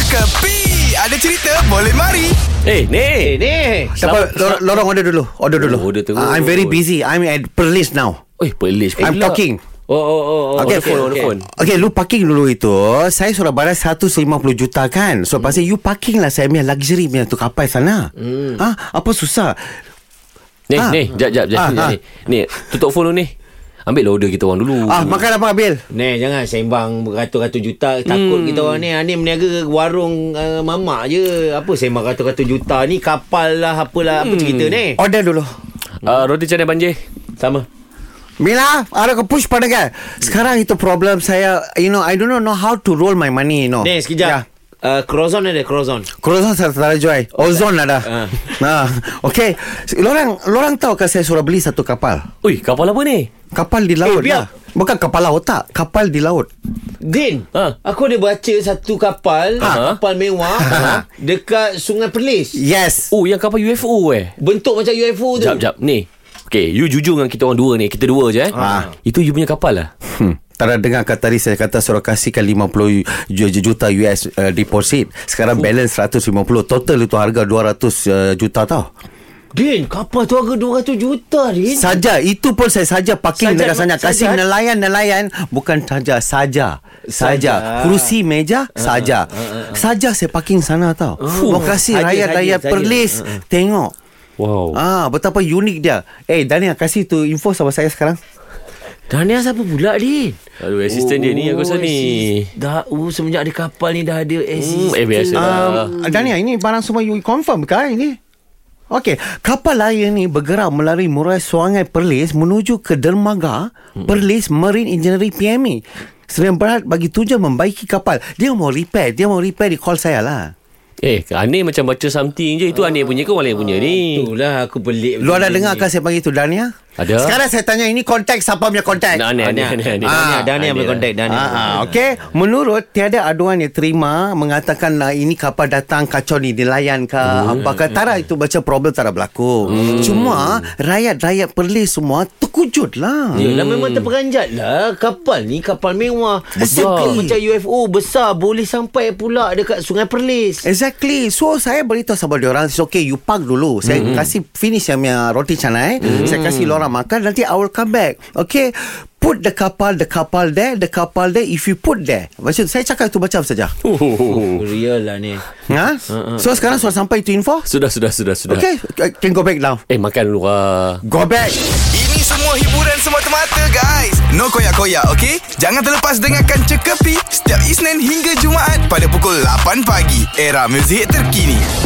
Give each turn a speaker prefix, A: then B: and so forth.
A: Kepi Ada cerita boleh mari
B: Eh, ni.
C: Ni
D: Siapa lor- lorong order dulu Order dulu
B: Oh, order terus.
D: Ah, I'm very busy I'm at Perlis now
B: Oi, pelis
D: I'm
B: pula.
D: talking.
B: Oh, oh, oh, oh. on
D: Okay,
B: the phone, on the
D: okay.
B: phone.
D: Okay lu parking dulu itu Saya surat barat 150 juta kan So pasal you parking lah Saya punya luxury punya tu kapal sana ha, Apa susah
B: Ni,
D: Ah.
B: ni, jap, jap, jap.
D: Ah,
B: jap,
D: ah.
B: ni. Ni, tutup phone dulu ni. Ambil lah order kita orang dulu.
D: Ah, makan apa Abil?
C: Ni jangan sembang beratus-ratus juta Takut
B: Hmm.
C: kita orang ni Ani meniaga warung uh, mamak je Apa sembang ratus-ratus juta ni Kapal lah apalah
B: Hmm.
C: Apa cerita ni
D: Order dulu.
B: Ah, roti canai banjir.
C: Sama
D: Mila, ada ke push pada kan? Sekarang itu problem saya, you know, I don't know how to roll my money, you know.
C: Ni sekejap
D: Ya.
C: yeah. uh, Crozon ada Crozon
D: Croissant saya tak jual. Ozon ada.
C: Ah.
D: Nah, okay. Lorang, lorang tahu ke saya suruh beli satu kapal?
B: Ui, kapal apa ni?
D: Kapal di laut
C: Eh,
D: lah.
C: biar.
D: Bukan kapal laut tak, kapal di laut.
C: Din
B: Ha.
C: Aku ada baca satu kapal
B: Ha.
C: Kapal mewah Dekat Sungai Perlis
D: Yes.
B: Oh, yang kapal UFO eh.
C: Bentuk macam UFO tu
B: Jap, jap. Ni. Okay, you jujur dengan kita orang dua ni. Kita dua je eh.
D: Ah.
B: Itu you punya kapal lah.
D: Hmm. Tak ada dengar kata tadi saya kata suruh kasihkan 50 ju- juta US uh, deposit.
C: Oh.
D: Sekarang balance 150. Total itu harga 200 uh, juta tau.
C: Din kapal tu harga 200 juta Din
D: Saja Itu pun saya saja Parking
C: Saja,
D: dekat sana
C: saja.
D: Kasih nelayan-nelayan Bukan saja Saja Saja
C: Saja. Ah,
D: Kerusi meja Saja Saja saya parking sana tau Mau kasih
C: Oh. Saja,
D: rakyat-rakyat
C: saja, Ah, saja.
D: Perlis Tengok
B: Wow.
D: Ah, betapa unik dia. Eh, Daniel kasih tu info sama saya sekarang.
C: Tahniah siapa pula Din
B: Aduh, assistant dia ni aku rasa ni.
C: Oh, assist. Dah oh, semenjak ada kapal ni dah ada
B: Hmm,
C: assistant.
B: eh, biasa lah.
D: Um, Daniel, ini barang semua you confirm kah ini? Okey, kapal layar ni bergerak melalui murai Sungai Perlis menuju ke dermaga
B: Hmm.
D: Perlis Marine Engineering PME. Serian Berhad bagi tujuan membaiki kapal. Dia mau repair, dia mau repair di call saya lah.
B: Eh, Anir macam baca something je. Itu Anir punya ke orang lain punya
D: Ah,
B: ni?
C: Itulah lah, aku pelik.
D: Lu ada
C: begini.
D: dengar kah saya panggil tu Dania?
B: Ada.
D: Sekarang saya tanya ini kontak siapa punya kontak?
B: Nah, Anir, Anir, Anir.
C: Dania,
B: Anir.
C: Dania,
B: Ah,
C: Dania boleh contact Dania.
D: Ah, ah, okey. Menurut tiada aduan yang terima mengatakan ah, ini kapal datang kacau ni dilayan ke hmm. apa ke tak ada itu baca problem tak ada berlaku. Hmm. Cuma rakyat-rakyat Perlis semua terkejut lah.
C: Yelah memang terperanjat lah Kapal ni kapal mewah Besar Macam UFO besar Boleh sampai pula Dekat sungai Perlis
D: Exactly So saya beritahu sama dia orang It's okay you park dulu Saya mm-hmm. kasih finish yang punya roti canai mm-hmm. Saya kasih lorang makan Nanti I will come back Okay Put the kapal The kapal there The kapal there If you put there Macam saya cakap itu macam saja
B: Oh.
C: Real lah ni
D: Ha? So sekarang sudah sampai itu info
B: Sudah, sudah, sudah, sudah.
D: Okay, I can go back now.
B: Eh, makan dulu lah.
D: Go back.
A: Ini semua hiburan semata-mata guys No koyak-koyak ok Jangan terlepas dengarkan Cekapi Setiap Isnin hingga Jumaat Pada pukul 8 pagi Era muzik terkini